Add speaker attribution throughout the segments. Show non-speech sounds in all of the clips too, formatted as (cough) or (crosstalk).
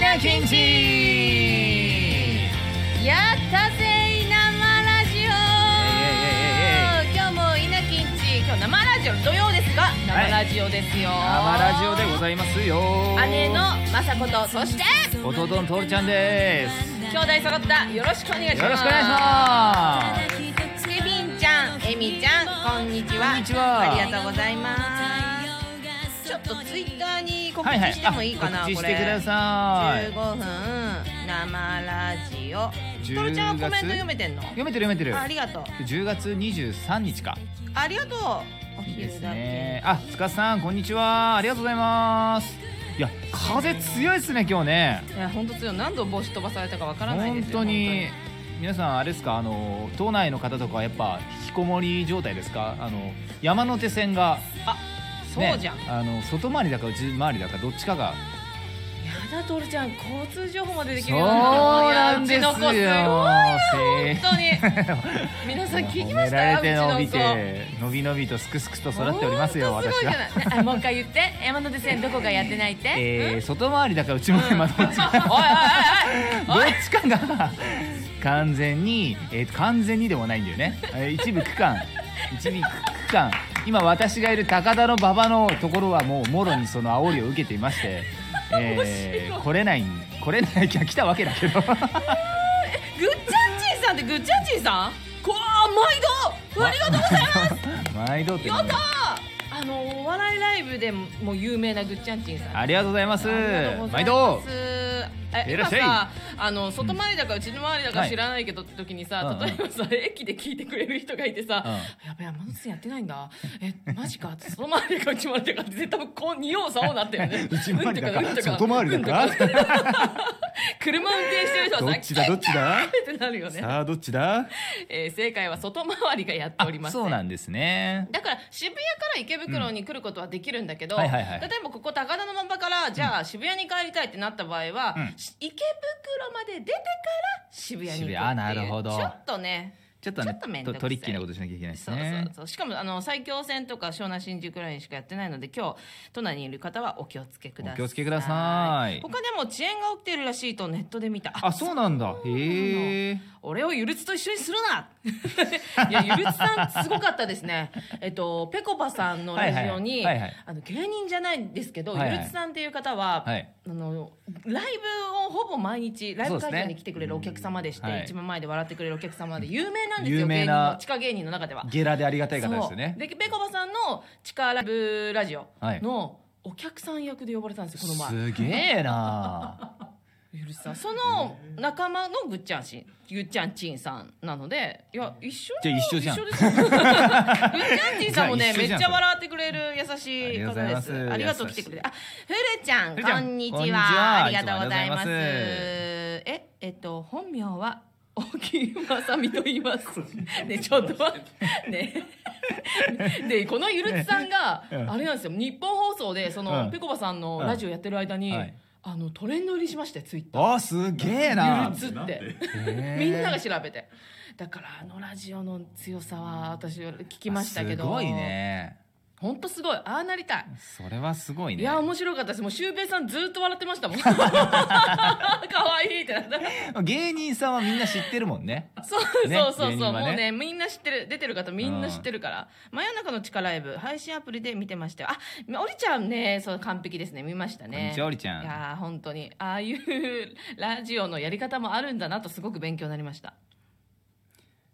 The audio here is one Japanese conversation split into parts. Speaker 1: なきんち
Speaker 2: やったぜ生ラジオ今日も稲きんち今日生ラジオ土曜ですが
Speaker 1: は
Speaker 2: 生
Speaker 1: い
Speaker 2: ラジオですよ、
Speaker 1: 生ラジオでございますよ
Speaker 2: 姉の雅子とそして
Speaker 1: 弟のトールちゃんです
Speaker 2: 兄弟揃ったよろしくお願いします
Speaker 1: よろしくお願いします
Speaker 2: すケビンちゃんエミちゃんこんにちは
Speaker 1: こんにちは
Speaker 2: ありがとうございますちょっとツイッターに告知してもいいかな、
Speaker 1: あ告知
Speaker 2: こ
Speaker 1: し
Speaker 2: れ
Speaker 1: てください
Speaker 2: 15分生ラジオ
Speaker 1: 10
Speaker 2: トルちゃんはコメント
Speaker 1: 月
Speaker 2: 読めてんの
Speaker 1: 読めてる読めてる
Speaker 2: あありがとう
Speaker 1: 10月23日か
Speaker 2: ありがとうお
Speaker 1: いいです
Speaker 2: 昼だけ
Speaker 1: ねあ塚さんこんにちはありがとうございますいや風強いですね今日ね
Speaker 2: いや本当強い何度帽子飛ばされたかわからないで
Speaker 1: 本
Speaker 2: すよ
Speaker 1: 当に皆さんあれですかあの島内の方とかはやっぱ引きこもり状態ですかあの山手線が、
Speaker 2: 本当に
Speaker 1: ね、
Speaker 2: そうじゃん、
Speaker 1: あの外回りだか内回りだかどっちかが
Speaker 2: やだトルちゃん交通情報まででき
Speaker 1: そう
Speaker 2: るようになっ
Speaker 1: な
Speaker 2: たの
Speaker 1: んです
Speaker 2: いや
Speaker 1: よ
Speaker 2: うちの子すごいよ
Speaker 1: せー
Speaker 2: 本当に皆さん聞きま
Speaker 1: 褒め
Speaker 2: した
Speaker 1: ら
Speaker 2: よ
Speaker 1: れ
Speaker 2: う
Speaker 1: て伸び
Speaker 2: ちの子
Speaker 1: て伸び伸びとすくすくと育っておりますよ
Speaker 2: 本当
Speaker 1: 私
Speaker 2: ごいじゃ
Speaker 1: は、
Speaker 2: ないあもう一回言って山手線どこがやってないって、
Speaker 1: えー、外回りだか内回りまでどっちか
Speaker 2: おいおい
Speaker 1: どっちかが完全に、えー完全にでもないんだよねえー一部区
Speaker 2: (laughs)
Speaker 1: 間一部区間今私がいる高田の馬場のところはもうもろにその煽りを受けていまして、えー来れない来れないきゃ来たわけだけど
Speaker 2: おいぐっちゃんちいさんってぐっちゃんちいさんこわ毎度ありがとうございま
Speaker 1: (laughs)
Speaker 2: す
Speaker 1: 毎度って
Speaker 2: やったーあのお笑いライブでももう有名なぐっちゃんちんさん
Speaker 1: ありがとうございます
Speaker 2: ありがとうござ
Speaker 1: 毎
Speaker 2: い
Speaker 1: 度
Speaker 2: ますえ
Speaker 1: いら
Speaker 2: 今
Speaker 1: っしゃい
Speaker 2: さあの外回りだかうちの周りだ
Speaker 1: は
Speaker 2: か
Speaker 1: い
Speaker 2: 知らないけどって時に
Speaker 1: うん
Speaker 2: さ
Speaker 1: うん
Speaker 2: 例えばさ (laughs) 駅で聞いてくれる人がいてさ
Speaker 1: う
Speaker 2: やべ山手線やってないんだえマジかって外回りだかうち回りだかって絶対こう二様三様なったよ
Speaker 1: (laughs)
Speaker 2: ね
Speaker 1: 内回りだか
Speaker 2: うんとかうんと
Speaker 1: 外回りだか (laughs)
Speaker 2: 車運転してる人は
Speaker 1: ど
Speaker 2: さ
Speaker 1: っちだどっちだ
Speaker 2: (laughs) キャーってなるよね
Speaker 1: さあどっちだ
Speaker 2: えー正解は外回りがやって
Speaker 1: あ
Speaker 2: おります
Speaker 1: そうなんですね
Speaker 2: だから渋谷から池袋に来ることはできるんだけど、
Speaker 1: うんはいはいはい
Speaker 2: 例えばここ高田の馬場からじゃあ渋谷に帰りたいってなった場合は、
Speaker 1: うん
Speaker 2: し池袋まで出てから渋谷に行くっていう
Speaker 1: 渋谷なるほど
Speaker 2: ちょっとね
Speaker 1: ちょっとね
Speaker 2: ちょっと面
Speaker 1: と
Speaker 2: 倒くさい
Speaker 1: トリッキーなことしなきゃいけないです
Speaker 2: そう
Speaker 1: ね
Speaker 2: そうそうしかもあの埼京線とか湘南新宿ラインしかやってないので今日都内にいる方はお気をつけください
Speaker 1: お気をつけください
Speaker 2: 他でも遅延が起きてるらしいとネットで見た
Speaker 1: あそうなんだへえ
Speaker 2: 俺をゆるつと一緒にするな (laughs) いやゆるつさんすごかったですねえっとぺこぱさんのラジオに
Speaker 1: はいはいはいはい
Speaker 2: あの芸人じゃないんですけど、
Speaker 1: はいはい
Speaker 2: ゆるつさんっていう方は、
Speaker 1: はい
Speaker 2: あのライブをほぼ毎日ライブ
Speaker 1: そう
Speaker 2: 会
Speaker 1: です
Speaker 2: 場
Speaker 1: ね
Speaker 2: に来てくれるお客様でして、
Speaker 1: うんはい
Speaker 2: 一番前で笑ってくれるお客様で有名なんですよ
Speaker 1: 有名
Speaker 2: 芸人
Speaker 1: な
Speaker 2: の地下芸人の中では。
Speaker 1: ゲラでありがたい方ですよ
Speaker 2: そ
Speaker 1: ね
Speaker 2: うでぺこぱさんの地下ライブラジオ
Speaker 1: はい
Speaker 2: のお客さん役で呼ばれたんですよこの前。
Speaker 1: すげえ
Speaker 2: (laughs)
Speaker 1: な
Speaker 2: ゆるさんその仲間のぐっちゃんしぐっちゃんちんさんなのでいや一緒
Speaker 1: じゃあ一緒じゃん
Speaker 2: で
Speaker 1: (laughs)
Speaker 2: すよぐっちゃんちんさんもね
Speaker 1: じゃあ一緒
Speaker 2: め
Speaker 1: じゃ
Speaker 2: っ
Speaker 1: ん
Speaker 2: ちゃ笑ってくれる優しい
Speaker 1: ありがとうござい
Speaker 2: 方で
Speaker 1: ますす
Speaker 2: ありがとう来てくれてあふるちゃん
Speaker 1: ふるちゃん
Speaker 2: こんにち
Speaker 1: こんにちは
Speaker 2: はありがとうございます
Speaker 1: いつもありがとうございます
Speaker 2: ええっと本名は大木正美と言います
Speaker 1: (laughs)
Speaker 2: ねちょっと待ってね (laughs) でこのゆるつさんが
Speaker 1: うん
Speaker 2: あれなんですよ日本放送でその、
Speaker 1: うん
Speaker 2: ぺこぱさんのラジオやってる間に、
Speaker 1: うんはい
Speaker 2: あのトレンド入りしましたよツイッター
Speaker 1: あすげえな
Speaker 2: ゆるつって
Speaker 1: へー
Speaker 2: みんなが調べてだからあのラジオの強さは私は聞きましたけど
Speaker 1: すごいね
Speaker 2: ほんとすごいああなりたい
Speaker 1: それはすごいね
Speaker 2: いや面白かったですもうシュウペイさんずっと笑ってまし
Speaker 1: (laughs)
Speaker 2: たもん可愛いってなった
Speaker 1: 芸人さんはみんな知ってるもんね
Speaker 2: そう
Speaker 1: ね
Speaker 2: そうそう
Speaker 1: 芸
Speaker 2: そう、
Speaker 1: 人はね
Speaker 2: もうねみんな知ってる出てる方みんな知ってるから、真夜中の地下ライブ配信アプリで見てましたよあおりちゃんねそう完璧ですね見ましたね
Speaker 1: こんにちはおりちゃん
Speaker 2: いやー本当にああいう (laughs) ラジオのやり方もあるんだなとすごく勉強になりました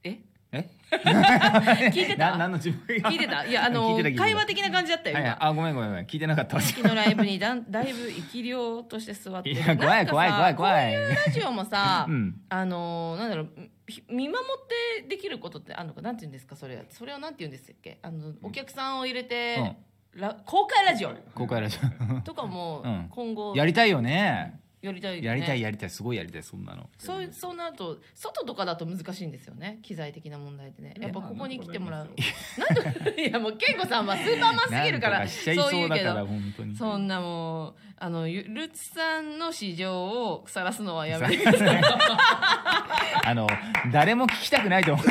Speaker 2: え
Speaker 1: え
Speaker 2: (laughs) 聞いてた
Speaker 1: な何の自分
Speaker 2: 聞いてたいやあ
Speaker 1: (laughs)
Speaker 2: の
Speaker 1: 聞いてた聞いてた
Speaker 2: 会話的な感じだったよ
Speaker 1: は
Speaker 2: 今、
Speaker 1: いはいあごめんごめんごめん聞いてなかったわ
Speaker 2: さっきのライブにだんだいぶ生き量として座って
Speaker 1: いや怖い怖い怖い
Speaker 2: い
Speaker 1: 怖い
Speaker 2: ラジオもさ、
Speaker 1: うん
Speaker 2: あのーなんだろうひ見守ってできることってあるのかなんて言うんですかそれそれをなんて言うんですっけあのお客さんを入れて、ら公開ラジオ
Speaker 1: 公開ラジ
Speaker 2: (laughs) とかも
Speaker 1: うん
Speaker 2: 今後
Speaker 1: オやりたいよね
Speaker 2: やりたいよね
Speaker 1: やりたいやりたいすごいやりたいそんなの
Speaker 2: そういうそうなると外とかだと難しいんですよね機材的な問題でねやっぱここに来てもらうなんといやもう健吾さんはスーパーマンすぎるから
Speaker 1: なんとかしちゃい
Speaker 2: そう
Speaker 1: そ
Speaker 2: 言
Speaker 1: う
Speaker 2: う
Speaker 1: だ
Speaker 2: け
Speaker 1: か
Speaker 2: ど
Speaker 1: ら本当に
Speaker 2: そんなもう、あの、ゆるつさんの市場を晒すのはやめてください。
Speaker 1: (laughs) あの誰も聞きたくないと思う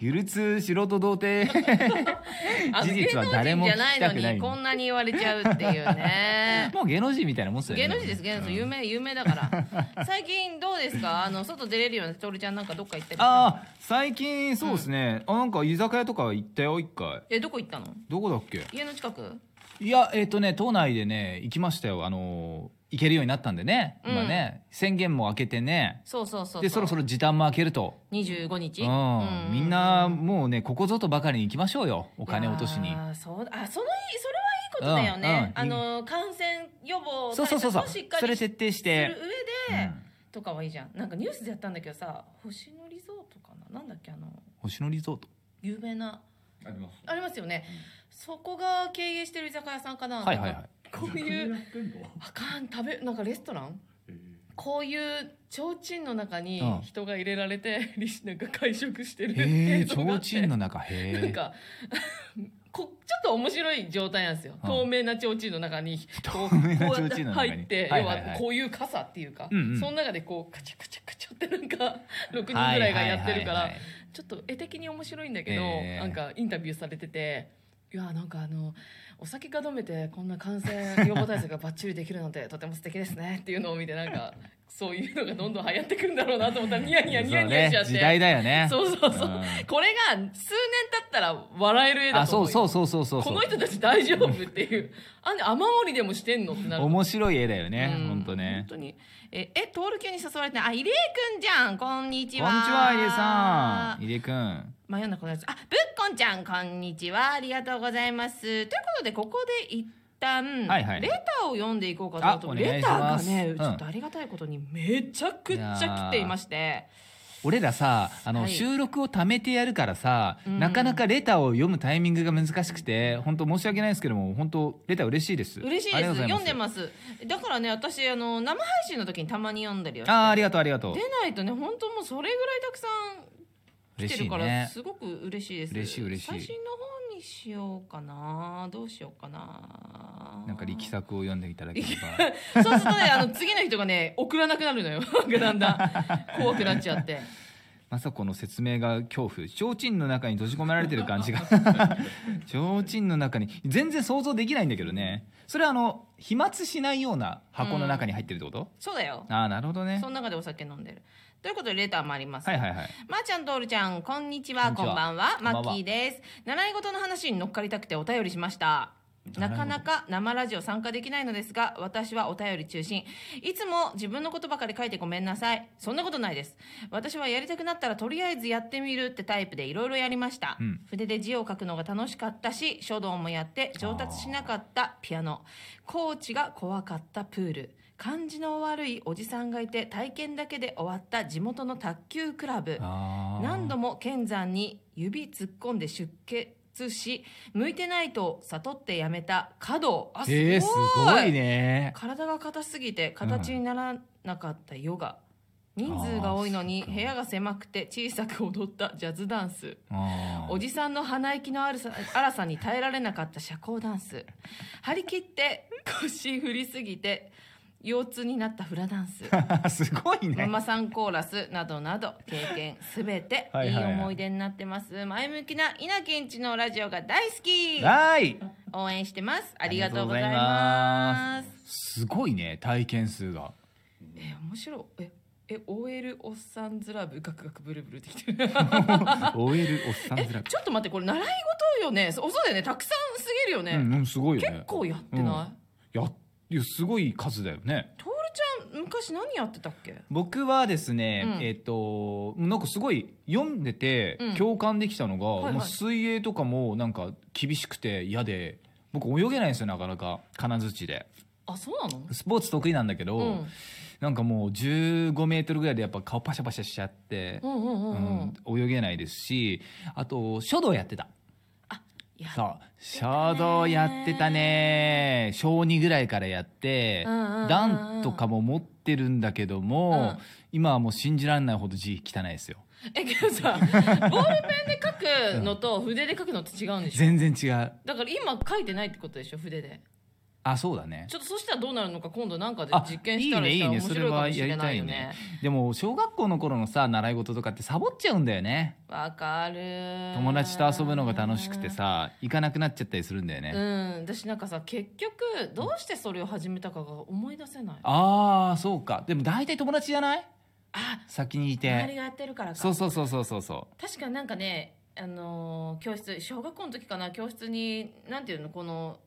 Speaker 1: ゆるつ素人童貞
Speaker 2: あ
Speaker 1: (laughs)
Speaker 2: の
Speaker 1: 事
Speaker 2: 芸
Speaker 1: 実
Speaker 2: 能
Speaker 1: は誰も
Speaker 2: 人じゃないの
Speaker 1: 聞きたくない
Speaker 2: にこんなに言われちゃうっていう
Speaker 1: (laughs)
Speaker 2: ね
Speaker 1: もう芸能人みたいなもんっすよね
Speaker 2: 芸能人です芸能人有名有名だから最近どうですかあの外出れるようになって徹ちゃんなんかどっか行ったりした
Speaker 1: ああ最近そうですね、あなんか居酒屋とか行ったよ一回
Speaker 2: えどこ行ったの
Speaker 1: どこだっけ
Speaker 2: 家の近く
Speaker 1: いやえっ、とね都内でね行きましたよあのー行けるようになったんでね今ね、宣言も明けてね
Speaker 2: そうそうそう
Speaker 1: でそろそろ時短も明けると、
Speaker 2: 25日
Speaker 1: うんみんなもうねここぞとばかりに行きましょうよお
Speaker 2: お
Speaker 1: 金落としに
Speaker 2: そうあそのいいそれはいいことだよね、
Speaker 1: うんうん
Speaker 2: あの感染予防
Speaker 1: そうそうそうそう
Speaker 2: 対策をしっか
Speaker 1: そ
Speaker 2: り
Speaker 1: れ
Speaker 2: する
Speaker 1: 徹底し
Speaker 2: 上
Speaker 1: て
Speaker 2: で、
Speaker 1: うん
Speaker 2: とかはいいじゃんなんかニュースでやったんだけどさ星野リゾートかななんだっけあの
Speaker 1: 星野リゾート
Speaker 2: 有名な
Speaker 3: あります。
Speaker 2: ありますよね、そこが経営してる居酒屋さんかな、
Speaker 1: はいはいはい
Speaker 2: こういう
Speaker 3: やってんの。
Speaker 2: あかん食べなんかレストランこういう提灯の中に
Speaker 1: うん
Speaker 2: 人が入れられて、 (laughs) リシなんか会食してる
Speaker 1: へ
Speaker 2: 映
Speaker 1: え
Speaker 2: (laughs) 像があって
Speaker 1: 提灯の中
Speaker 2: な
Speaker 1: へ
Speaker 2: んか (laughs) こちょっと面白い状態なんですよ、
Speaker 1: うん
Speaker 2: 透明な提灯の中にこう
Speaker 1: 透明な (laughs)
Speaker 2: こうやっ
Speaker 1: 提灯の中
Speaker 2: て
Speaker 1: に
Speaker 2: 入って、
Speaker 1: はいはいはい
Speaker 2: 要はこういう傘っていうか、
Speaker 1: うんうん
Speaker 2: その中でこうカチャカチャカチャってなんか6人
Speaker 1: (laughs) え
Speaker 2: ぐらいがやってる
Speaker 1: はいはい
Speaker 2: から、
Speaker 1: はいはい
Speaker 2: ちょっと絵的に面白いんだけど、
Speaker 1: ええ
Speaker 2: なんかインタビューされてて。いやなんかあのお酒が飲めてこんな感染予防対策がバッチリできるなんてとても素敵ですねっていうのを見てなんかそういうのがどんどん流行ってくるんだろうなと思ったらニヤニヤニヤニヤしちゃって、
Speaker 1: そうね、時代だよね
Speaker 2: そうそうそう、
Speaker 1: ん
Speaker 2: (laughs) これが数年経ったら笑える絵だ
Speaker 1: あ
Speaker 2: と思
Speaker 1: そううそううそうそうそう
Speaker 2: この人たち大丈夫っていうあんで雨漏りでもしてんのってなる
Speaker 1: 面白い絵だよね
Speaker 2: うん
Speaker 1: 本当ね
Speaker 2: 本当にええトール級に誘われてあ入江くんじゃんこんに
Speaker 1: こん
Speaker 2: ち
Speaker 1: にち
Speaker 2: は
Speaker 1: は入江さん入江くん
Speaker 2: 真夜中のやつあぶっこんちゃんこんにちはありがとうございますということでここで一旦、
Speaker 1: はいはい
Speaker 2: レターを読んでいこうかなと思って
Speaker 1: あお願
Speaker 2: レ
Speaker 1: いし
Speaker 2: ターが
Speaker 1: ます
Speaker 2: ねちょ
Speaker 1: う
Speaker 2: っ
Speaker 1: ん
Speaker 2: とありがたいことにめちゃくちゃ来ていまして、
Speaker 1: 俺らさあの、
Speaker 2: はい
Speaker 1: 収録を貯めてやるからさ、
Speaker 2: うん
Speaker 1: なかなかレターを読むタイミングが難しくて本当申し訳ないですけども本当レター嬉しいです
Speaker 2: 嬉しい
Speaker 1: あ
Speaker 2: で
Speaker 1: りが
Speaker 2: す
Speaker 1: とうござ
Speaker 2: 読んで
Speaker 1: す
Speaker 2: ますだからね私あの生配信の時にたまに読んだりはして
Speaker 1: あーありがとうありがとう
Speaker 2: 出ないとね本当もうそれぐらいたくさん来
Speaker 1: 嬉
Speaker 2: て
Speaker 1: し
Speaker 2: る
Speaker 1: い
Speaker 2: から、
Speaker 1: ね
Speaker 2: すごく嬉しいです
Speaker 1: 嬉しい嬉しい
Speaker 2: 最新の方にしようかなどうしようかな
Speaker 1: なんか力作を読んでいただけれ
Speaker 2: そうするとねあの次の人がね送らなくなるのよ (laughs) だんだん怖くなっちゃって (laughs)
Speaker 1: ば雅子の説明が恐怖提灯の中に閉じ込められてる感じ
Speaker 2: (laughs)
Speaker 1: が提灯の中に全然想像できないんだけどねそれはあの飛沫しないような箱の中に入ってるってこと、
Speaker 2: そうだよ
Speaker 1: ああなるほどね
Speaker 2: その中でお酒飲んでるということでレターもあります、
Speaker 1: はいはいはい
Speaker 2: まー、ちゃんとおるちゃんこんにちは
Speaker 1: こ
Speaker 2: こ
Speaker 1: ん
Speaker 2: ん
Speaker 1: にちは
Speaker 2: ばんは
Speaker 1: こんば
Speaker 2: マ
Speaker 1: んは
Speaker 2: ッキーです習い事の話に乗っかりたくてお便りしましたなかなか生ラジオ参加できないのですが私はお便り中心いつも自分のことばかり書いてごめんなさいそんなことないです私はやりたくなったらとりあえずやってみるってタイプでいろいろやりました、
Speaker 1: うん
Speaker 2: 筆で字を書くのが楽しかったし書道もやって上達しなかったピアノコーチが怖かったプール感じの悪いおじさんがいて体験だけで終わった地元の卓球クラブ
Speaker 1: あー
Speaker 2: 何度も剣山に指突っ込んで出血し向いてないと悟ってやめた華道あすごい,、
Speaker 1: えー、すごいね
Speaker 2: 体が硬すぎて形にならなかったヨガ、人数が多いのに
Speaker 1: あーすご
Speaker 2: 部
Speaker 1: い
Speaker 2: 屋が狭くて小さく踊ったジャズダンス
Speaker 1: あー
Speaker 2: おじさんの鼻息の荒さ (laughs) 荒さに耐えられなかった社交ダンス張り切って腰振りすぎて腰痛になったフラダンス
Speaker 1: (laughs) すご
Speaker 2: (laughs)
Speaker 1: い
Speaker 2: マ
Speaker 1: ね。
Speaker 2: マさんコーラスなどなど経験すべて
Speaker 1: はい
Speaker 2: いい
Speaker 1: はいはい
Speaker 2: 思い出になってます、前向きな稲んちのラジオが大好き
Speaker 1: はい。
Speaker 2: 応援してますありがとうございます
Speaker 1: すごいね、体験数
Speaker 2: (laughs)
Speaker 1: が。
Speaker 2: え面白いええ OL おっさんずラブガクガクブルブルってきて (laughs) る
Speaker 1: OL おっさん
Speaker 2: え
Speaker 1: ずらく。
Speaker 2: ちょっと待ってこれ習い事よねそうそうだよねたくさんすぎるよね、
Speaker 1: うん、うん、すごいよね。
Speaker 2: 結構やってない、
Speaker 1: いや、いやすごい数だよね。
Speaker 2: トールちゃん昔何やってたっけ
Speaker 1: 僕はですね、
Speaker 2: うん
Speaker 1: えっ、と、なんかすごい読んでて、
Speaker 2: うん
Speaker 1: 共感できたのが、
Speaker 2: いはい
Speaker 1: もう水泳とかもなんか厳しくて嫌で、僕泳げないんですよ、なかなか。金槌で。
Speaker 2: あそうなの
Speaker 1: スポーツ得意なんだけど、
Speaker 2: うん
Speaker 1: なんかもう15メートルぐらいでやっぱ顔パシャパシャしちゃって、
Speaker 2: うんうんうんうん
Speaker 1: うん、泳げないですしあと書道やってた
Speaker 2: や
Speaker 1: そう書道やってたね小2ぐらいからやって
Speaker 2: うんうんうんうん
Speaker 1: 段とかも持ってるんだけども、
Speaker 2: うん
Speaker 1: 今はもう信じられないほど字汚いですよ
Speaker 2: えけどさボールペンで書くのと筆で書くのと違うんでしょ
Speaker 1: 全然違う
Speaker 2: だから今書いてないってことでしょ筆で
Speaker 1: あそうだね
Speaker 2: ちょっとそしたらどうなるのか今度なんかで
Speaker 1: あ
Speaker 2: 実験したらしたら面白いかもしれないよ
Speaker 1: いいねいいね
Speaker 2: ね。
Speaker 1: でも小学校の頃のさ習い事とかってサボっちゃうんだよね
Speaker 2: わかる。
Speaker 1: 友達と遊ぶのが楽しくて。さ行かなくなっちゃったりするんだよね、
Speaker 2: うん、私なんかさ結局どうしてそれを始めたかが思い出せない。
Speaker 1: ああそうかでも大体友達じゃない
Speaker 2: あ、
Speaker 1: 先にい
Speaker 2: 周り
Speaker 1: て
Speaker 2: がやってるからか。
Speaker 1: そうそうそうそうそうそう
Speaker 2: 確かなんかね、あのー教室小学校の時かな教室になんていうのこの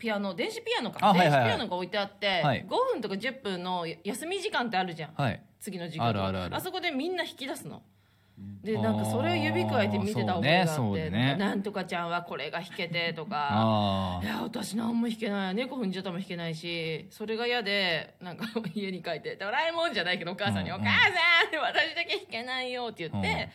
Speaker 2: ピアノ電子ピアノか、
Speaker 1: あはい
Speaker 2: 電
Speaker 1: はいはい
Speaker 2: 子ピアノが置いてあって、
Speaker 1: はい
Speaker 2: 5分とか10分の休み時間ってあるじゃん。
Speaker 1: はい
Speaker 2: 次の授業とか
Speaker 1: あるあるある
Speaker 2: そこでみんな引き出すの。で
Speaker 1: あー
Speaker 2: なんかそれを指くわえて見てた覚えがあって、
Speaker 1: そうねそうね
Speaker 2: なんとかちゃんはこれが弾けてとか。
Speaker 1: あ
Speaker 2: いや私何も弾けない猫踏んじゃったも弾けないしそれが嫌でなんか (laughs) 家に帰って「ドラえもん」じゃないけどお母さんに
Speaker 1: う
Speaker 2: 「
Speaker 1: んうん
Speaker 2: お母さん私だけ弾けないよ」って言って、
Speaker 1: うん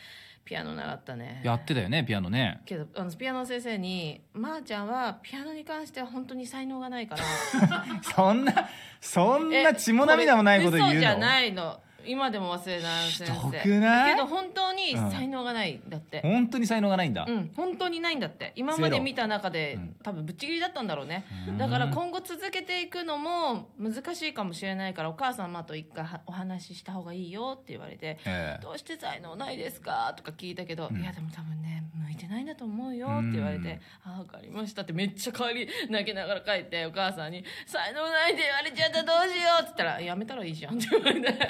Speaker 2: ピアノ習ったね
Speaker 1: あやってたよねピアノね
Speaker 2: けどあのピアノの先生に「まー、ちゃんはピアノに関しては本当に才能がないから」
Speaker 1: (laughs) そんなそん
Speaker 2: え
Speaker 1: な血も涙もないこと言うの
Speaker 2: れ嘘じゃないの今でも忘れないあの先生
Speaker 1: ひどくない
Speaker 2: けど本当に才能がないんだって
Speaker 1: 本当に才能がないんだ、
Speaker 2: うん、本当にないんだって今ま
Speaker 1: ゼ
Speaker 2: で
Speaker 1: ロ
Speaker 2: 見た中で、
Speaker 1: うん
Speaker 2: 多分ぶっちぎりだったんだろうね
Speaker 1: うーん
Speaker 2: だから今後続けていくのも難しいかもしれないからお母様と一回はお話しした方がいいよって言われて
Speaker 1: ええ
Speaker 2: どうして才能ないですか?」とか聞いたけど「
Speaker 1: うん
Speaker 2: いやでも多分ね向いてないんだと思うよ」って言われて「ああ分かりました」ってめっちゃ帰り泣きながら帰ってお母さんに「才能ないって言われちゃったどうしよう」って言ったら「やめたらいいじゃん」って言われて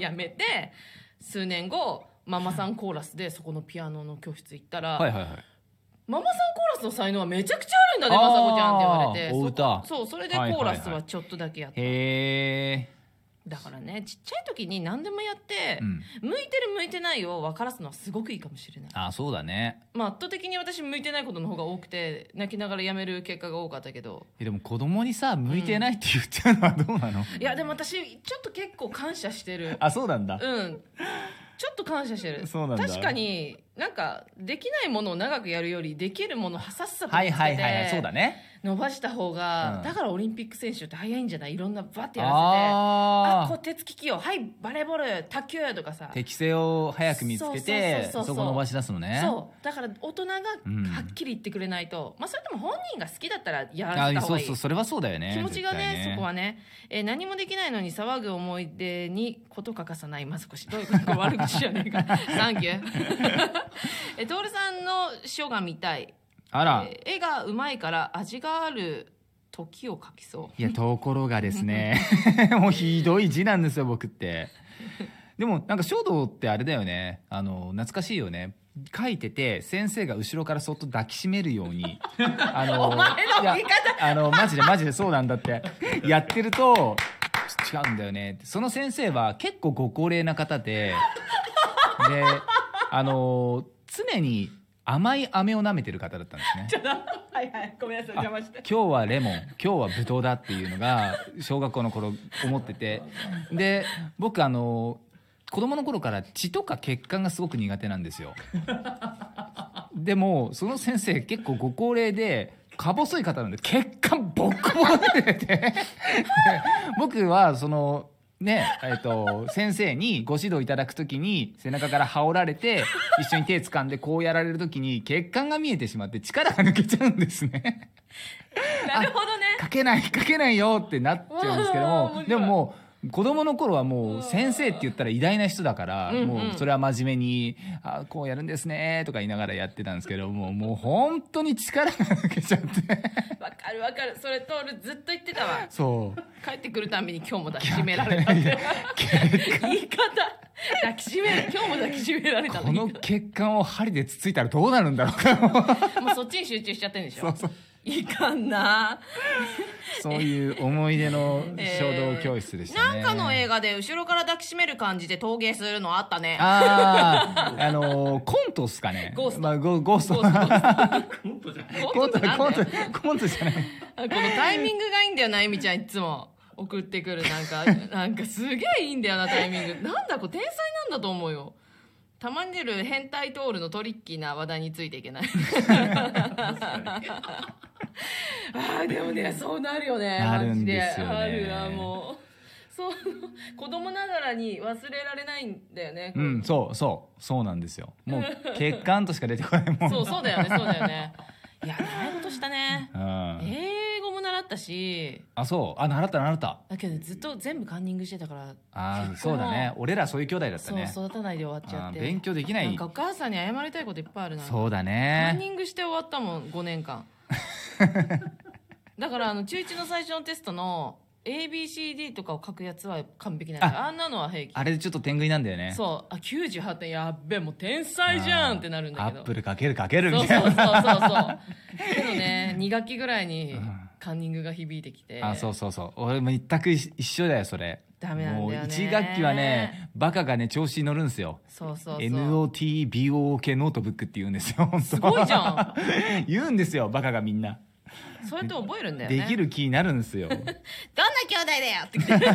Speaker 2: やめて数年後ママさんコーラスでそこのピアノの教室行ったら「
Speaker 1: はいはいはい
Speaker 2: ママさんコーラスの才能はめちゃくちゃあるんだねまさこちゃん」って言われて
Speaker 1: あーお歌
Speaker 2: そこそうそれでコーラスはちょっとだけやって、
Speaker 1: へえ、
Speaker 2: だからねちっちゃい時に何でもやって、
Speaker 1: うん、
Speaker 2: 向いてる向いてないを分からすのはすごくいいかもしれない、
Speaker 1: あそうだね
Speaker 2: まあ、圧倒的に私向いてないことの方が多くて泣きながら辞める結果が多かったけど
Speaker 1: えでも子供にさ向いてないって言っちゃうのはどうなの、
Speaker 2: いやでも私ちょっと結構感謝して
Speaker 1: (laughs)
Speaker 2: る
Speaker 1: あそうなんだ、
Speaker 2: うんちょっと感謝してる
Speaker 1: そうなんだ
Speaker 2: 確かになんかできないものを長くやるよりできるものをはさっさと
Speaker 1: は
Speaker 2: 見
Speaker 1: い
Speaker 2: つ
Speaker 1: は
Speaker 2: け
Speaker 1: いはいはいそうだ
Speaker 2: て
Speaker 1: ね
Speaker 2: 伸ばした方が、
Speaker 1: うん
Speaker 2: だからオリンピック選手って早いんじゃないいろんなバッてやらせてあ
Speaker 1: あ
Speaker 2: こう
Speaker 1: あ
Speaker 2: 手つき器用はいバレーボール卓球とかさ
Speaker 1: 適性を早く見つけて
Speaker 2: そうそうそうそう
Speaker 1: そこ伸ばし出すのね
Speaker 2: そうだから大人がは
Speaker 1: うん
Speaker 2: っきり言ってくれないと、まあそれでも本人が好きだったらやら
Speaker 1: あ
Speaker 2: せた方
Speaker 1: そう
Speaker 2: がいい
Speaker 1: そうそれはそうだよね
Speaker 2: 気持ちがね
Speaker 1: 絶対
Speaker 2: そこはね、えー何もできないのに騒ぐ思い出にこと欠かさないまずこしどういうことこれ悪口じゃね
Speaker 1: (laughs)
Speaker 2: えかサンキューえー徹さんの書が見たい、
Speaker 1: あ
Speaker 2: え
Speaker 1: ら、
Speaker 2: ー絵がうまいから味がある時を描きそう
Speaker 1: いやところがですね (laughs) もうひどい字なんですよ僕ってでもなんか書道ってあれだよねあの懐かしいよね書いてて先生が後ろからそっと抱きしめるよう
Speaker 2: (laughs)
Speaker 1: にあの
Speaker 2: お前の
Speaker 1: いや
Speaker 2: 言い方
Speaker 1: あのマジでマジでそうなんだってやってると違うんだよねってその先生は結構ご高齢な方でであの常に甘い飴を舐めてる方だったんですね
Speaker 2: (laughs) はいはいごめんなさい
Speaker 1: あ今日はレモン今日はブドウだっていうのが小学校の頃思っててで僕あの子供の頃から血とか血管がすごく苦手なんですよでもその先生結構ご高齢でか細い方なんで血管ボッコボコに出ててで僕はそのねえっと先生にご指導いただくときに背中から羽織られて一緒に手掴んでこうやられるときに血管が見えてしまって力が抜けちゃうんですね。
Speaker 2: なるほどね
Speaker 1: 書けない (laughs) 書けないよってなっちゃうんですけど
Speaker 2: (laughs) うわ
Speaker 1: も
Speaker 2: ー
Speaker 1: でももう子供の頃はもう先生って言ったら偉大な人だから、
Speaker 2: うんうん
Speaker 1: もうそれは真面目に「あこうやるんですね」とか言いながらやってたんですけどもうもう本当に力が抜けちゃ
Speaker 2: (laughs)
Speaker 1: って
Speaker 2: わかるわかるそれ徹ずっと言ってたわ
Speaker 1: そう
Speaker 2: 帰ってくるたんびに今日も抱きしめられたって (laughs) 言い方抱き
Speaker 1: (laughs)
Speaker 2: しめる今日も抱きしめられた
Speaker 1: この
Speaker 2: も
Speaker 1: 血管を針でつついたらどうなるんだろうか (laughs)
Speaker 2: うそっちに集中しちゃってるんでし
Speaker 1: そ
Speaker 2: ょ
Speaker 1: うそう
Speaker 2: いかんな
Speaker 1: そういう思い出の
Speaker 2: え
Speaker 1: 衝
Speaker 2: ー
Speaker 1: 動教室でした
Speaker 2: なん
Speaker 1: ね。
Speaker 2: かの映画で後ろから抱きしめる感じで陶芸するのあったね
Speaker 1: ああ、あのーコントっすかね。
Speaker 2: ゴースト
Speaker 1: まあ、ゴゴースト。
Speaker 2: ゴース
Speaker 1: (laughs) コ
Speaker 2: コ
Speaker 1: ン
Speaker 2: ン
Speaker 1: ト
Speaker 2: トじゃん
Speaker 1: コン
Speaker 2: コント
Speaker 1: ト
Speaker 2: って
Speaker 1: コントじゃない
Speaker 2: このタイミングがいいんだよなえみちゃんいつも送ってくるなんか (laughs) なんかすげえいいんだよなタイミングなんだこれ天才なんだと思うよたまに出る変態トールのトリッキーな話題についていけないあーでもねそうなるよね
Speaker 1: なるん
Speaker 2: マジ
Speaker 1: ですよね
Speaker 2: あるわもうそう子供ながらに忘れられないんだよね、
Speaker 1: うん、そうそうそうなんですよ。もう血管としか出てこないもん。
Speaker 2: そうそうだよねそうだよねいや習い事したね
Speaker 1: うん。
Speaker 2: 英語も習っったし
Speaker 1: あそうあ習った習った
Speaker 2: だけどずっと全部カンニングしてたから
Speaker 1: あー
Speaker 2: 結構
Speaker 1: そうだね俺らそういう兄弟だった
Speaker 2: そう
Speaker 1: ね
Speaker 2: 育たないで終わっちゃ
Speaker 1: あ
Speaker 2: っ
Speaker 1: ー
Speaker 2: て
Speaker 1: 勉強できな
Speaker 2: なん
Speaker 1: い
Speaker 2: かお母さんに謝りたいこといっぱいあるな
Speaker 1: そうだ
Speaker 2: カン
Speaker 1: ね
Speaker 2: ニングして終わったもん5
Speaker 1: (laughs)
Speaker 2: 年間だからあの中1の最初のテストの ABCD とかを書くやつは完璧なんだよあんなのは平気
Speaker 1: あれでちょっと天狗なんだよね
Speaker 2: そうあ98点やっべもう天才じゃんってなるんだけど
Speaker 1: アップルかけるかける
Speaker 2: そう
Speaker 1: み
Speaker 2: そ
Speaker 1: た
Speaker 2: う
Speaker 1: い
Speaker 2: そうそう
Speaker 1: な (laughs)
Speaker 2: そうけどね2学期ぐらいに
Speaker 1: うん
Speaker 2: カンニングが響いてきて
Speaker 1: あそうそうそう俺も全く一緒だよそれ
Speaker 2: ダメなんだよね
Speaker 1: もう1学期はねバカがね調子に乗るんですよ
Speaker 2: そうそうそう
Speaker 1: NOTBOK ノートブックって言うんですよ本当
Speaker 2: すごいじゃ
Speaker 1: (laughs) 言うんですよバカがみんな、
Speaker 2: それって覚えるんだよね
Speaker 1: できる気になるんですよ
Speaker 2: どんな兄弟だよって来て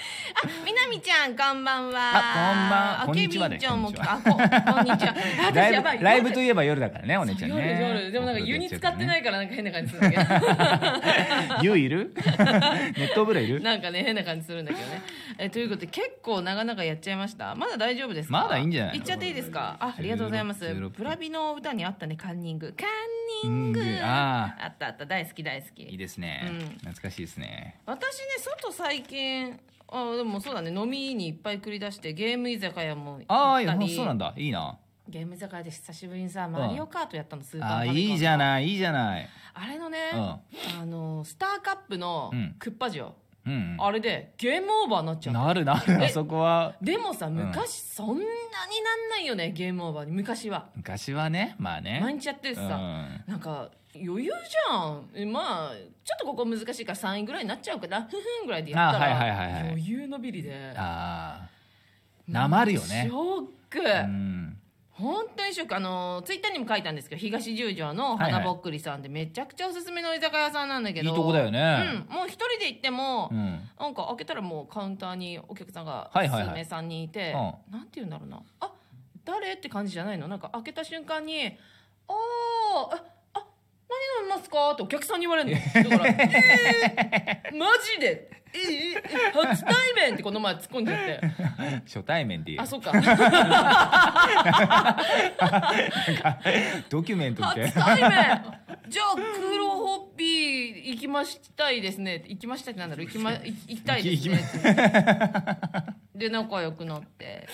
Speaker 2: あ、みなみちゃん、こんばんは。
Speaker 1: あこんばん
Speaker 2: あ
Speaker 1: こんにちはね
Speaker 2: ケビンちゃんも、
Speaker 1: こんにち
Speaker 2: あ、こ、こんにちは。
Speaker 1: (laughs) ラ
Speaker 2: あ (laughs) 私
Speaker 1: イ
Speaker 2: やば
Speaker 1: ブ
Speaker 2: い。
Speaker 1: ライブといえば夜だからねお姉ちゃん
Speaker 2: 夜
Speaker 1: ね
Speaker 2: 夜でもなんか湯に使ってないいからなんか変な感じするんだけ
Speaker 1: 湯いる (laughs) 熱湯風呂い
Speaker 2: ど
Speaker 1: る
Speaker 2: (laughs) なんかね変な感じするんだけどねえということで結構長々やっちゃいましたまだ大丈夫ですか
Speaker 1: まだいいんじゃない
Speaker 2: 行っちゃっていいですかあありがとうございます
Speaker 1: 16 16
Speaker 2: ブラビの歌にあったねカンニングカンニング
Speaker 1: カンニングあ
Speaker 2: あったあった大好き大好き
Speaker 1: いいですね、
Speaker 2: うん
Speaker 1: 懐かしいですね
Speaker 2: 私ね外最近あでもそうだね飲みにいっぱい繰り出してゲーム居酒屋も行
Speaker 1: あ
Speaker 2: った
Speaker 1: あ
Speaker 2: り
Speaker 1: そうなんだいいな
Speaker 2: ゲーム居酒屋で久しぶりにさ
Speaker 1: ん
Speaker 2: マリオカートやったの、スーパー
Speaker 1: あ
Speaker 2: ファミコンの
Speaker 1: いいじゃないいいじゃない
Speaker 2: あれのね、
Speaker 1: うん
Speaker 2: あのスターカップの
Speaker 1: うん
Speaker 2: クッパジオ、
Speaker 1: うんうん
Speaker 2: あれでゲームオーバーになっちゃう
Speaker 1: なるなるあそこは
Speaker 2: でもさ
Speaker 1: ん
Speaker 2: 昔そんなになんないよねゲームオーバーに昔は
Speaker 1: 昔はねまあね
Speaker 2: 毎日やってるしさ、
Speaker 1: うん
Speaker 2: なんか余裕じゃんえまあちょっとここ難しいから3位ぐらいになっちゃうからふふんぐらいでやったら、
Speaker 1: あはいはいはいはい
Speaker 2: 余裕のびりで
Speaker 1: あーなまるよね
Speaker 2: ショック、
Speaker 1: うん
Speaker 2: 本当にショックあのツイッターにも書いたんですけど東十条の
Speaker 1: はいはい
Speaker 2: 花ぼっくりさんでめちゃくちゃおすすめの居酒屋さんなんだけ
Speaker 1: いい
Speaker 2: ど
Speaker 1: とこだよね
Speaker 2: うんもう一人で行っても、
Speaker 1: うん
Speaker 2: なんか開けたらもうカウンターにお客さんが
Speaker 1: はいはいはい
Speaker 2: 数名さんにいて、
Speaker 1: う
Speaker 2: なんて言うんだろうなあ誰って感じじゃないのなんか開けた瞬間に「あーああ何飲みますか?」ってお客さんに言われる
Speaker 1: (laughs)
Speaker 2: のだから「えー、マジでえー、えー初対面!」ってこの前突っ込んじゃって
Speaker 1: 初対面で
Speaker 2: あそっか
Speaker 1: ドキュメントみたい
Speaker 2: 初
Speaker 1: な
Speaker 2: 対面じゃあ黒ホッピー行きましたいですね行きましたってなんだろう
Speaker 1: (laughs)
Speaker 2: 行きま行行きたいですねで仲良くなって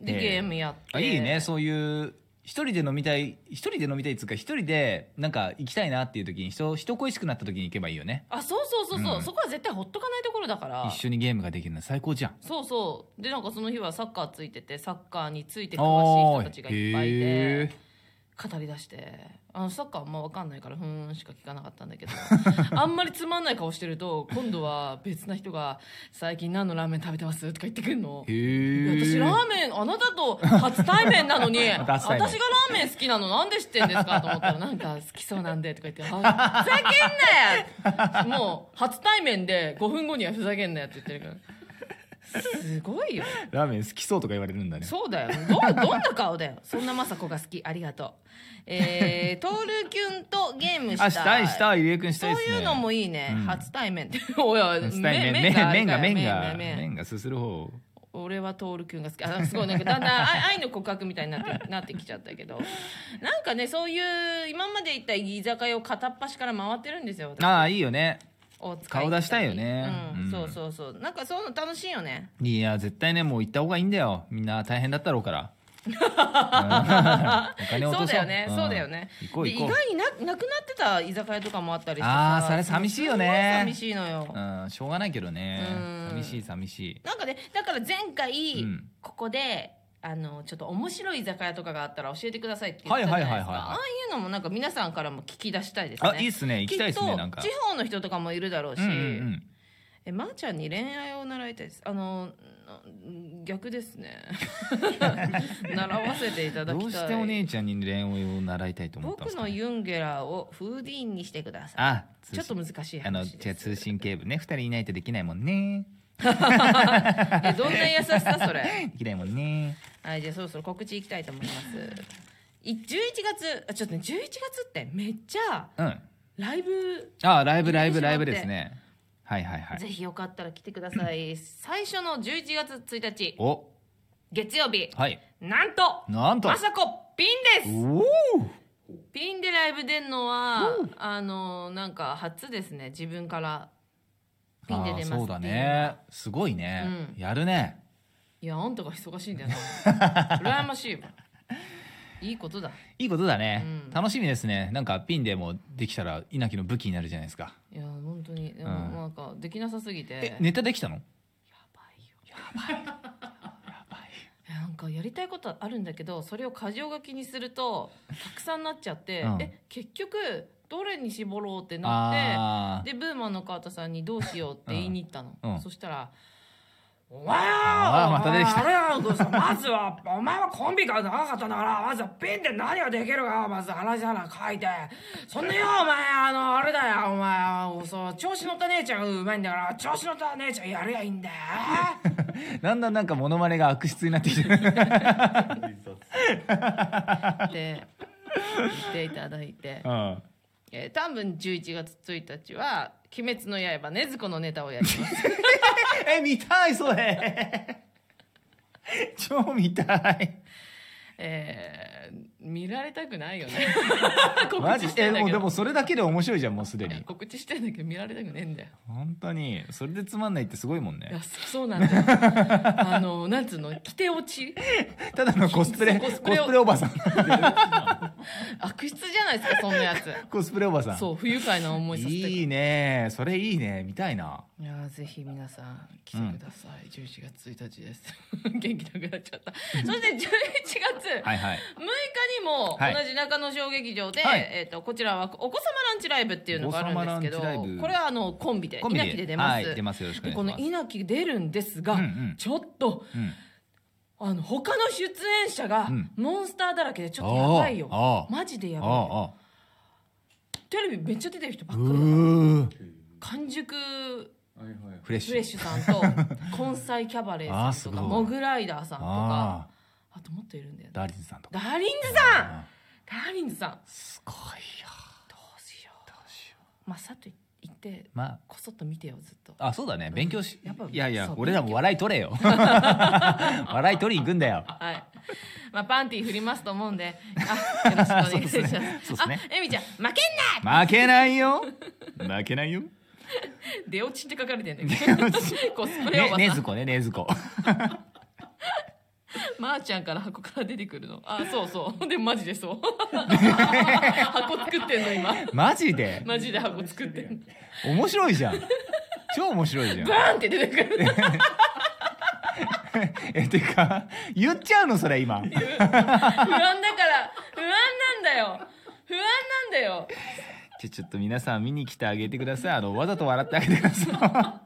Speaker 2: で、
Speaker 1: ええ
Speaker 2: ゲームやって
Speaker 1: あいいねそういう一人で飲みたい一人で飲みたいっつうか一人でなんか行きたいなっていう時に人人恋しくなった時に行けばいいよね
Speaker 2: あそうそうそうそう、
Speaker 1: うん
Speaker 2: そこは絶対ほっとかないところだから
Speaker 1: 一緒にゲームができるの最高じゃん
Speaker 2: そうそうでなんかその日はサッカーついててサッカーについて詳
Speaker 1: あ
Speaker 2: しい人たちがいっぱいで語り出してあのサッカーあんま分かんないからふーんしか聞かなかったんだけどあんまりつまんない顔してると今度は別な人が「最近何のラーメン食べてます?」とか言ってくるの。
Speaker 1: へ
Speaker 2: い
Speaker 1: え
Speaker 2: や私ラーメンあなたと初対面なのに私がラ
Speaker 1: 初対面
Speaker 2: ーメン好きなのなんで知ってんですかと思ったらなんか好きそうなんでとか言って「あふざけんなよ!」もう初対面で5分後には「ふざけんなよ」って言ってるからすごいよ
Speaker 1: ラーメン好きそうとか言われるんだね
Speaker 2: そうだよどどんな顔だよ (laughs) そんな雅子が好きありがとうえ
Speaker 1: (laughs)
Speaker 2: ー、トールキュンとゲームした
Speaker 1: あしたいしたい入江君した
Speaker 2: そう
Speaker 1: いですね
Speaker 2: いうのもいいね、
Speaker 1: うん
Speaker 2: 初対面って (laughs) おや
Speaker 1: したい麺
Speaker 2: め麺
Speaker 1: 麺
Speaker 2: が
Speaker 1: が麺が
Speaker 2: 麺
Speaker 1: 麺が
Speaker 2: 麺
Speaker 1: 麺がすする方
Speaker 2: 俺はトールくんが好きあすごいなんかだんだん愛愛の告白みたいにな
Speaker 1: (laughs)
Speaker 2: ってなってきちゃったけどなんかねそういう今まで行った居酒屋を片っ端から回ってるんですよ私
Speaker 1: ああいいよね
Speaker 2: 大塚
Speaker 1: 顔出したいよね
Speaker 2: うん
Speaker 1: うん
Speaker 2: そうそうそうなんかそういうの楽しいよね
Speaker 1: いや絶対ねもう行った方がいいんだよみんな大変だったろうから (laughs) うんお金落
Speaker 2: そ
Speaker 1: とそう
Speaker 2: うだよね、
Speaker 1: ん
Speaker 2: そうだよね
Speaker 1: 行こう
Speaker 2: で
Speaker 1: 行こ
Speaker 2: 意外にななくなってた居酒屋とかもあったりしてさ
Speaker 1: あーそれ寂しいよね
Speaker 2: すごい寂しいのよ、
Speaker 1: う、うん、しょうがないけどね
Speaker 2: うん
Speaker 1: 寂しい寂しい
Speaker 2: なんかねだから前回、
Speaker 1: うん
Speaker 2: ここであのちょっと面白い居酒屋とかがあったら教えてくださいって言ったじゃないですか、
Speaker 1: はいはいはいはいはい
Speaker 2: ああいうのもなんか皆さんからも聞き出したいですね
Speaker 1: あいいっすね行きたいです
Speaker 2: きっ
Speaker 1: ね
Speaker 2: と
Speaker 1: なんか
Speaker 2: 地方の人とかもいるだろうし、
Speaker 1: うんうんうん
Speaker 2: えまー、ちゃんに恋愛を習いたいですあのな逆ですね
Speaker 1: (laughs)
Speaker 2: 習わせていただきたい
Speaker 1: どうしてお姉ちゃんに恋愛を習いたいと思ったんで
Speaker 2: 僕
Speaker 1: すか
Speaker 2: の
Speaker 1: ね、
Speaker 2: ユンゲラーをフーディーンにしてください
Speaker 1: あ通
Speaker 2: ちょっと
Speaker 1: 信
Speaker 2: 難しい
Speaker 1: あの
Speaker 2: 話
Speaker 1: じゃあ
Speaker 2: です
Speaker 1: 通信ケーブルね二人いないとできないもんね
Speaker 2: えどんな優しさそれ (laughs)
Speaker 1: できないもんね
Speaker 2: はい、じゃあそろそろ告知いきたいと思います。い11月、あちょっとね、11月ってめっちゃ
Speaker 1: うん
Speaker 2: ライブ、
Speaker 1: あライブライ
Speaker 2: 行
Speaker 1: ブ
Speaker 2: ってしまって
Speaker 1: ライブですねはいはいはい
Speaker 2: ぜひよかったら来てください。最初の11月1日、
Speaker 1: お
Speaker 2: 月曜日、
Speaker 1: はい
Speaker 2: なんと、
Speaker 1: なんと
Speaker 2: まさこピンです
Speaker 1: おお
Speaker 2: ピンでライイブ出んのはあのなんか初ですね自分からピンで出ますってい
Speaker 1: あー
Speaker 2: う
Speaker 1: そうだねすごいね、やるね
Speaker 2: いやあんたが忙しいんだよな
Speaker 1: (laughs)
Speaker 2: 羨ましいわいいことだ
Speaker 1: いいことだね、
Speaker 2: うん
Speaker 1: 楽しみですねなんかピンでもできたら稲城の武器になるじゃないですか
Speaker 2: いや本当にでも
Speaker 1: うん
Speaker 2: なんかできなさすぎて、
Speaker 1: えネタできたの
Speaker 2: やばいよ
Speaker 1: やばい
Speaker 2: いやなんかやりたいことあるんだけどそれを箇条書きにするとたくさんなっちゃって、
Speaker 1: うん
Speaker 2: え結局どれに絞ろうってなって
Speaker 1: あー
Speaker 2: でブーマンの川田さんにどうしようって言いに行ったの、
Speaker 1: うんうん
Speaker 2: そしたら「お前
Speaker 1: あー
Speaker 2: は
Speaker 1: また出てきた
Speaker 2: お前あれやろさまずはお前はコンビが長かったんだからまずはピンで何ができるかまず話しながら書いてそんなよお前あのあれだよお前そう調子乗った姉ちゃんがうまいんだから調子乗った姉ちゃんやりゃいいんだよ。
Speaker 1: だんだんなんかモノマネが悪質になってきてる
Speaker 2: って言っていただいて
Speaker 1: う、ん
Speaker 2: えー、多分11月1日は「鬼滅の刃禰豆子のネタ」をやります
Speaker 1: (laughs) え見たいそれ (laughs) 超見たい
Speaker 2: えー、見られたくないよね
Speaker 1: マ
Speaker 2: (laughs) 告
Speaker 1: ジ
Speaker 2: 知して
Speaker 1: え
Speaker 2: んだ
Speaker 1: もうで
Speaker 2: けど
Speaker 1: もそれだけで面白いじゃんもうすでに
Speaker 2: 告知してんだけど見られたくねえんだよ
Speaker 1: 本当にそれでつまんないってすごいもん
Speaker 2: い
Speaker 1: ね
Speaker 2: やそそうなんだよあのなんつうの着て落ち
Speaker 1: ただのコスプレコ
Speaker 2: コ
Speaker 1: ス
Speaker 2: ス
Speaker 1: プ
Speaker 2: プ
Speaker 1: レ
Speaker 2: レを
Speaker 1: おばさん
Speaker 2: 悪質じゃないですかそんなや
Speaker 1: (laughs)
Speaker 2: つ
Speaker 1: コスプレおばさん
Speaker 2: そう不愉快な思いさせて
Speaker 1: いいねそれいいね見たいない
Speaker 2: やーぜひ皆さん来てください、11月1日です (laughs) 元気なくなっちゃったそして11月
Speaker 1: はいはい
Speaker 2: 6日にも
Speaker 1: はい
Speaker 2: 同じ中野小劇場で、
Speaker 1: はい
Speaker 2: えー、とこちらはお子様ランチライブっていうのがあるんですけ
Speaker 1: お
Speaker 2: ど
Speaker 1: 子様ランチライブ
Speaker 2: これはあのコンビで
Speaker 1: コンビ
Speaker 2: 稲城で出ま
Speaker 1: は
Speaker 2: す,、
Speaker 1: い出ますよろしく
Speaker 2: で
Speaker 1: お
Speaker 2: こ
Speaker 1: 願
Speaker 2: の
Speaker 1: いし
Speaker 2: 稲城出るんですが、
Speaker 1: うんうん
Speaker 2: ちょっと
Speaker 1: ますうん
Speaker 2: あの他の出演者が
Speaker 1: うん
Speaker 2: モンスターだらけでちょっとやばいよ、
Speaker 1: あー
Speaker 2: マジでや
Speaker 1: あ
Speaker 2: ばいよ
Speaker 1: あ
Speaker 2: テレビめっちゃ出てる人ば
Speaker 1: あ
Speaker 2: っ
Speaker 1: う
Speaker 2: かりだから
Speaker 1: ー
Speaker 2: 完熟
Speaker 3: はいはい
Speaker 1: フレッシュ
Speaker 2: フレッシュさん
Speaker 1: (laughs)
Speaker 2: と根菜キャバレーさんと
Speaker 1: あー
Speaker 2: か
Speaker 1: すごい
Speaker 2: モグライダーさんとか
Speaker 1: ああ
Speaker 2: あともっといるんだよね
Speaker 1: ダーリンズさんとか
Speaker 2: ダーリンズさん
Speaker 1: あ
Speaker 2: ダーリンズさん
Speaker 1: ーすごいよ
Speaker 2: どうしようまあさっと言って
Speaker 1: まあ
Speaker 2: こそっと見てよずっと
Speaker 1: あそうだね勉強し、
Speaker 2: やっぱ
Speaker 1: いやいや
Speaker 2: そう
Speaker 1: 俺らも笑い取れ (laughs) よ笑い取りに行くんだよ
Speaker 2: はいまあパンティー振りますと思うんであよろしくお願いし
Speaker 1: (laughs) そうで
Speaker 2: ますす
Speaker 1: ねそうです
Speaker 2: あ
Speaker 1: ね
Speaker 2: えみちゃん負けんな
Speaker 1: 負けないよ負け (laughs) ないよ
Speaker 2: 出落ちって書かれてんだけどコスプレお
Speaker 1: ね
Speaker 2: ばさん、
Speaker 1: ねずこねねずこ
Speaker 2: まー、ちゃんから箱から出てくるのあそ
Speaker 1: (laughs)
Speaker 2: うそうでマジでそう箱作ってんの今
Speaker 1: マジで
Speaker 2: マジで箱作ってんの
Speaker 1: 面白いじゃん超面白いじゃん
Speaker 2: バーンって出てくる
Speaker 1: えてか言っちゃうのそれ今
Speaker 2: 不安だから不安なんだよ不安なんだよ
Speaker 1: ちょちょっと皆さん見に来てあげてくださいあのわざと笑ってあげてくださ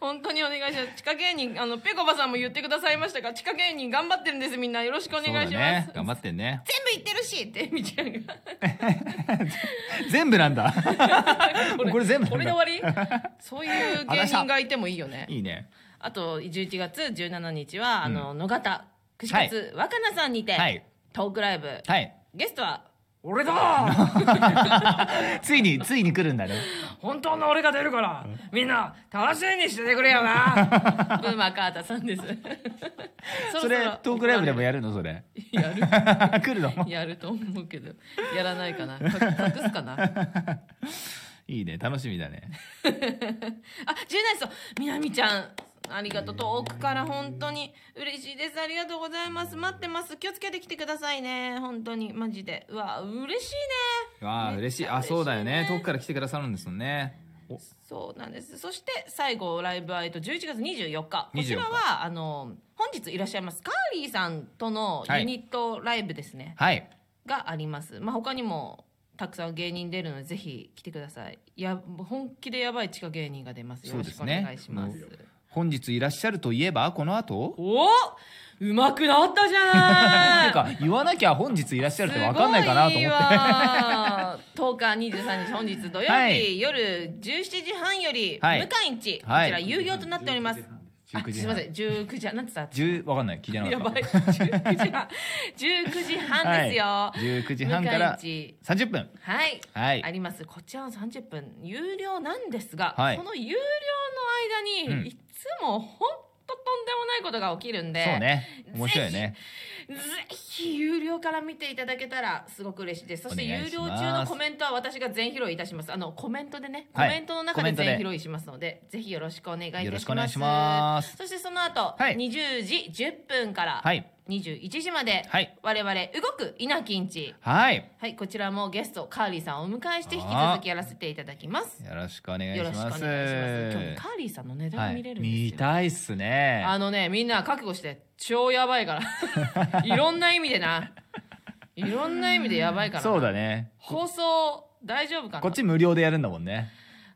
Speaker 2: 本当にお願いします地下芸人あのペコバさんも言ってくださいましたが地下芸人頑張ってるんですみんなよろしくお願
Speaker 1: い
Speaker 2: いします、
Speaker 1: そうだね頑張ってね
Speaker 2: 全部言ってるしってみちゃん
Speaker 1: (laughs)
Speaker 2: が
Speaker 1: 全部なんだこれ全部
Speaker 2: これで終わり
Speaker 1: (laughs)
Speaker 2: そういう芸人がいてもいいよね
Speaker 1: いいね
Speaker 2: あと11月17日は、あの野方串カツ若菜さんにて、
Speaker 1: はい
Speaker 2: トークライブ、
Speaker 1: はい
Speaker 2: ゲストは俺だ
Speaker 1: ついについに来るんだね
Speaker 2: 本当の俺が出るからみんな楽しみにしててくれよなブーマーカータさ
Speaker 1: (laughs)
Speaker 2: んですろ
Speaker 1: そ
Speaker 2: ろ
Speaker 1: れトークライブでもやるのそれ
Speaker 2: やる
Speaker 1: 来るの
Speaker 2: やると思うけどやらないかな隠隠すかなあ
Speaker 1: いいね楽しみだね
Speaker 2: 十内さんみなみちゃんありがとう遠くから本当に嬉しいですありがとうございます待ってます気をつけてきてくださいね本当にマジでうわ嬉しいね
Speaker 1: わあ嬉しいあそうだよね遠くから来てくださるんですもんねお
Speaker 2: そうなんですそして最後ライブはえっと11月24日こちら
Speaker 1: 24
Speaker 2: はあの本日いらっしゃいますカーリーさんとのユニットライブですね、
Speaker 1: はい
Speaker 2: がありますまあ他にもたくさん芸人出るのでぜひ来てくださいいや本気でやばい地下芸人が出ますよ
Speaker 1: そう
Speaker 2: ろ
Speaker 1: で
Speaker 2: し
Speaker 1: す
Speaker 2: くお
Speaker 1: ね
Speaker 2: 願いします
Speaker 1: 本日いらっしゃるといえばこの後
Speaker 2: おおうまくなったじ
Speaker 1: な
Speaker 2: ゃ
Speaker 1: ん
Speaker 2: な
Speaker 1: (laughs)
Speaker 2: い
Speaker 1: か言わなきゃ本日いらっしゃるってわかんないかなと思って
Speaker 2: すごいわ10日23日本日土曜日、
Speaker 1: はい
Speaker 2: 夜17時半より、
Speaker 1: はい
Speaker 2: 向井んち、
Speaker 1: はい
Speaker 2: こちら有料となっておりますあ
Speaker 1: 19時半
Speaker 2: すいません19時半なん
Speaker 1: (laughs)
Speaker 2: てさ
Speaker 1: 10わかんない聞いてなか
Speaker 2: や
Speaker 1: った
Speaker 2: (laughs) ばい19時半19時半ですよ、
Speaker 1: はい、19時半から
Speaker 2: 向井んち
Speaker 1: 30分
Speaker 2: はい、
Speaker 1: はい
Speaker 2: ありますこちらの30分有料なんですが、
Speaker 1: はい
Speaker 2: この有料の間に、
Speaker 1: うん
Speaker 2: いつもほんととんでもないことが起きるんで
Speaker 1: そうね面白いね
Speaker 2: ぜぜひ有料から見ていただけたらすごく嬉しいです。そして
Speaker 1: お願
Speaker 2: 有
Speaker 1: いし
Speaker 2: 料
Speaker 1: ます
Speaker 2: 中のコメントは私が全披露いたします。あのコメントでね、コ
Speaker 1: はい
Speaker 2: メントの
Speaker 1: コ
Speaker 2: 中
Speaker 1: メ
Speaker 2: で
Speaker 1: ントで
Speaker 2: 全披露しますので、ぜひよろしくお願いいたします。
Speaker 1: よろしくお願いします
Speaker 2: そしてその後、
Speaker 1: はい
Speaker 2: 20時10分から
Speaker 1: はい
Speaker 2: 21時まで、
Speaker 1: はい
Speaker 2: 我々動く稲きんち。
Speaker 1: はい
Speaker 2: はい、こちらもゲストカーリーさんをお迎えして引き続きやらせていただきます。
Speaker 1: よろしくお願いし
Speaker 2: よろしくお願
Speaker 1: ま
Speaker 2: いしますす。今日カーリーさんの値段
Speaker 1: はい
Speaker 2: 見れるんです
Speaker 1: 見
Speaker 2: よ。
Speaker 1: たいっすね
Speaker 2: あのね、みんな覚悟して、超やば
Speaker 1: (laughs)
Speaker 2: いから。いろんな意味でな。いろんな意味でやばいから。
Speaker 1: そうだね
Speaker 2: 放送、大丈夫かな
Speaker 1: こっち無料でやるんだもんね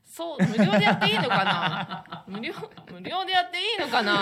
Speaker 2: そう、無料でやっていいのかな無料、無料でやっていいのかな、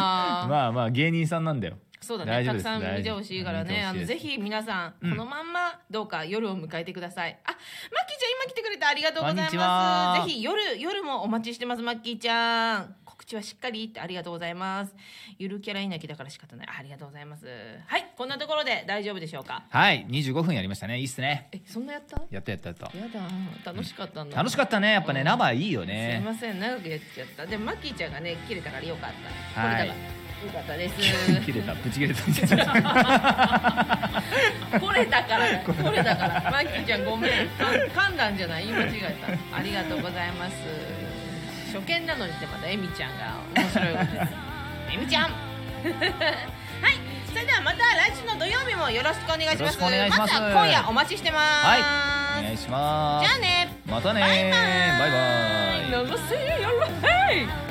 Speaker 1: まあまあ芸人さんなんだよ
Speaker 2: そうだ
Speaker 1: 大
Speaker 2: ね、
Speaker 1: 丈夫
Speaker 2: た
Speaker 1: で
Speaker 2: く
Speaker 1: す
Speaker 2: さん見てほしいからね。あ
Speaker 1: 大丈夫
Speaker 2: の、
Speaker 1: です
Speaker 2: ぜひ皆さん、
Speaker 1: うん
Speaker 2: このまんま、どうか夜を迎えてください。あ、マッキーちゃん、今来てくれてありがとうござい
Speaker 1: こんにちは
Speaker 2: ます。ぜひ、夜、夜もお待ちしてます、マッキーちゃん。告知はしっかりってありがとうございます。ゆるキャラいなきだから仕方ない。ありがとうございます。はい、こんなところで大丈夫でしょうか。
Speaker 1: はい25分やりましたねいいっすね
Speaker 2: え、そんなやったや
Speaker 1: やったやったやった
Speaker 2: だ、楽しかったんだ。
Speaker 1: 楽しかったねやっぱね
Speaker 2: うん
Speaker 1: 生いいよ
Speaker 2: すい
Speaker 1: ね
Speaker 2: ません長くやっちゃったでもマッキーちゃんがね切れたからよかった、
Speaker 1: はい
Speaker 2: これだからよかったです
Speaker 1: (laughs) 切れたぶち切れたちょっと
Speaker 2: これだからこれだからマッキーちゃんごめんかん噛んだんじゃない言い間違えたありがとうございます初見なのにってまたエミちゃんが面白いことですエミ (laughs) ちゃんはいそれではまた来週の土曜日もよろしくお願いします
Speaker 1: よろしくお願いします
Speaker 2: た今夜お待ちしてます、
Speaker 1: はいお願いしま
Speaker 2: じゃ
Speaker 1: す
Speaker 2: あね
Speaker 1: またね
Speaker 2: バイバ
Speaker 1: バ
Speaker 2: イ
Speaker 1: イバイ
Speaker 2: 流せやらへい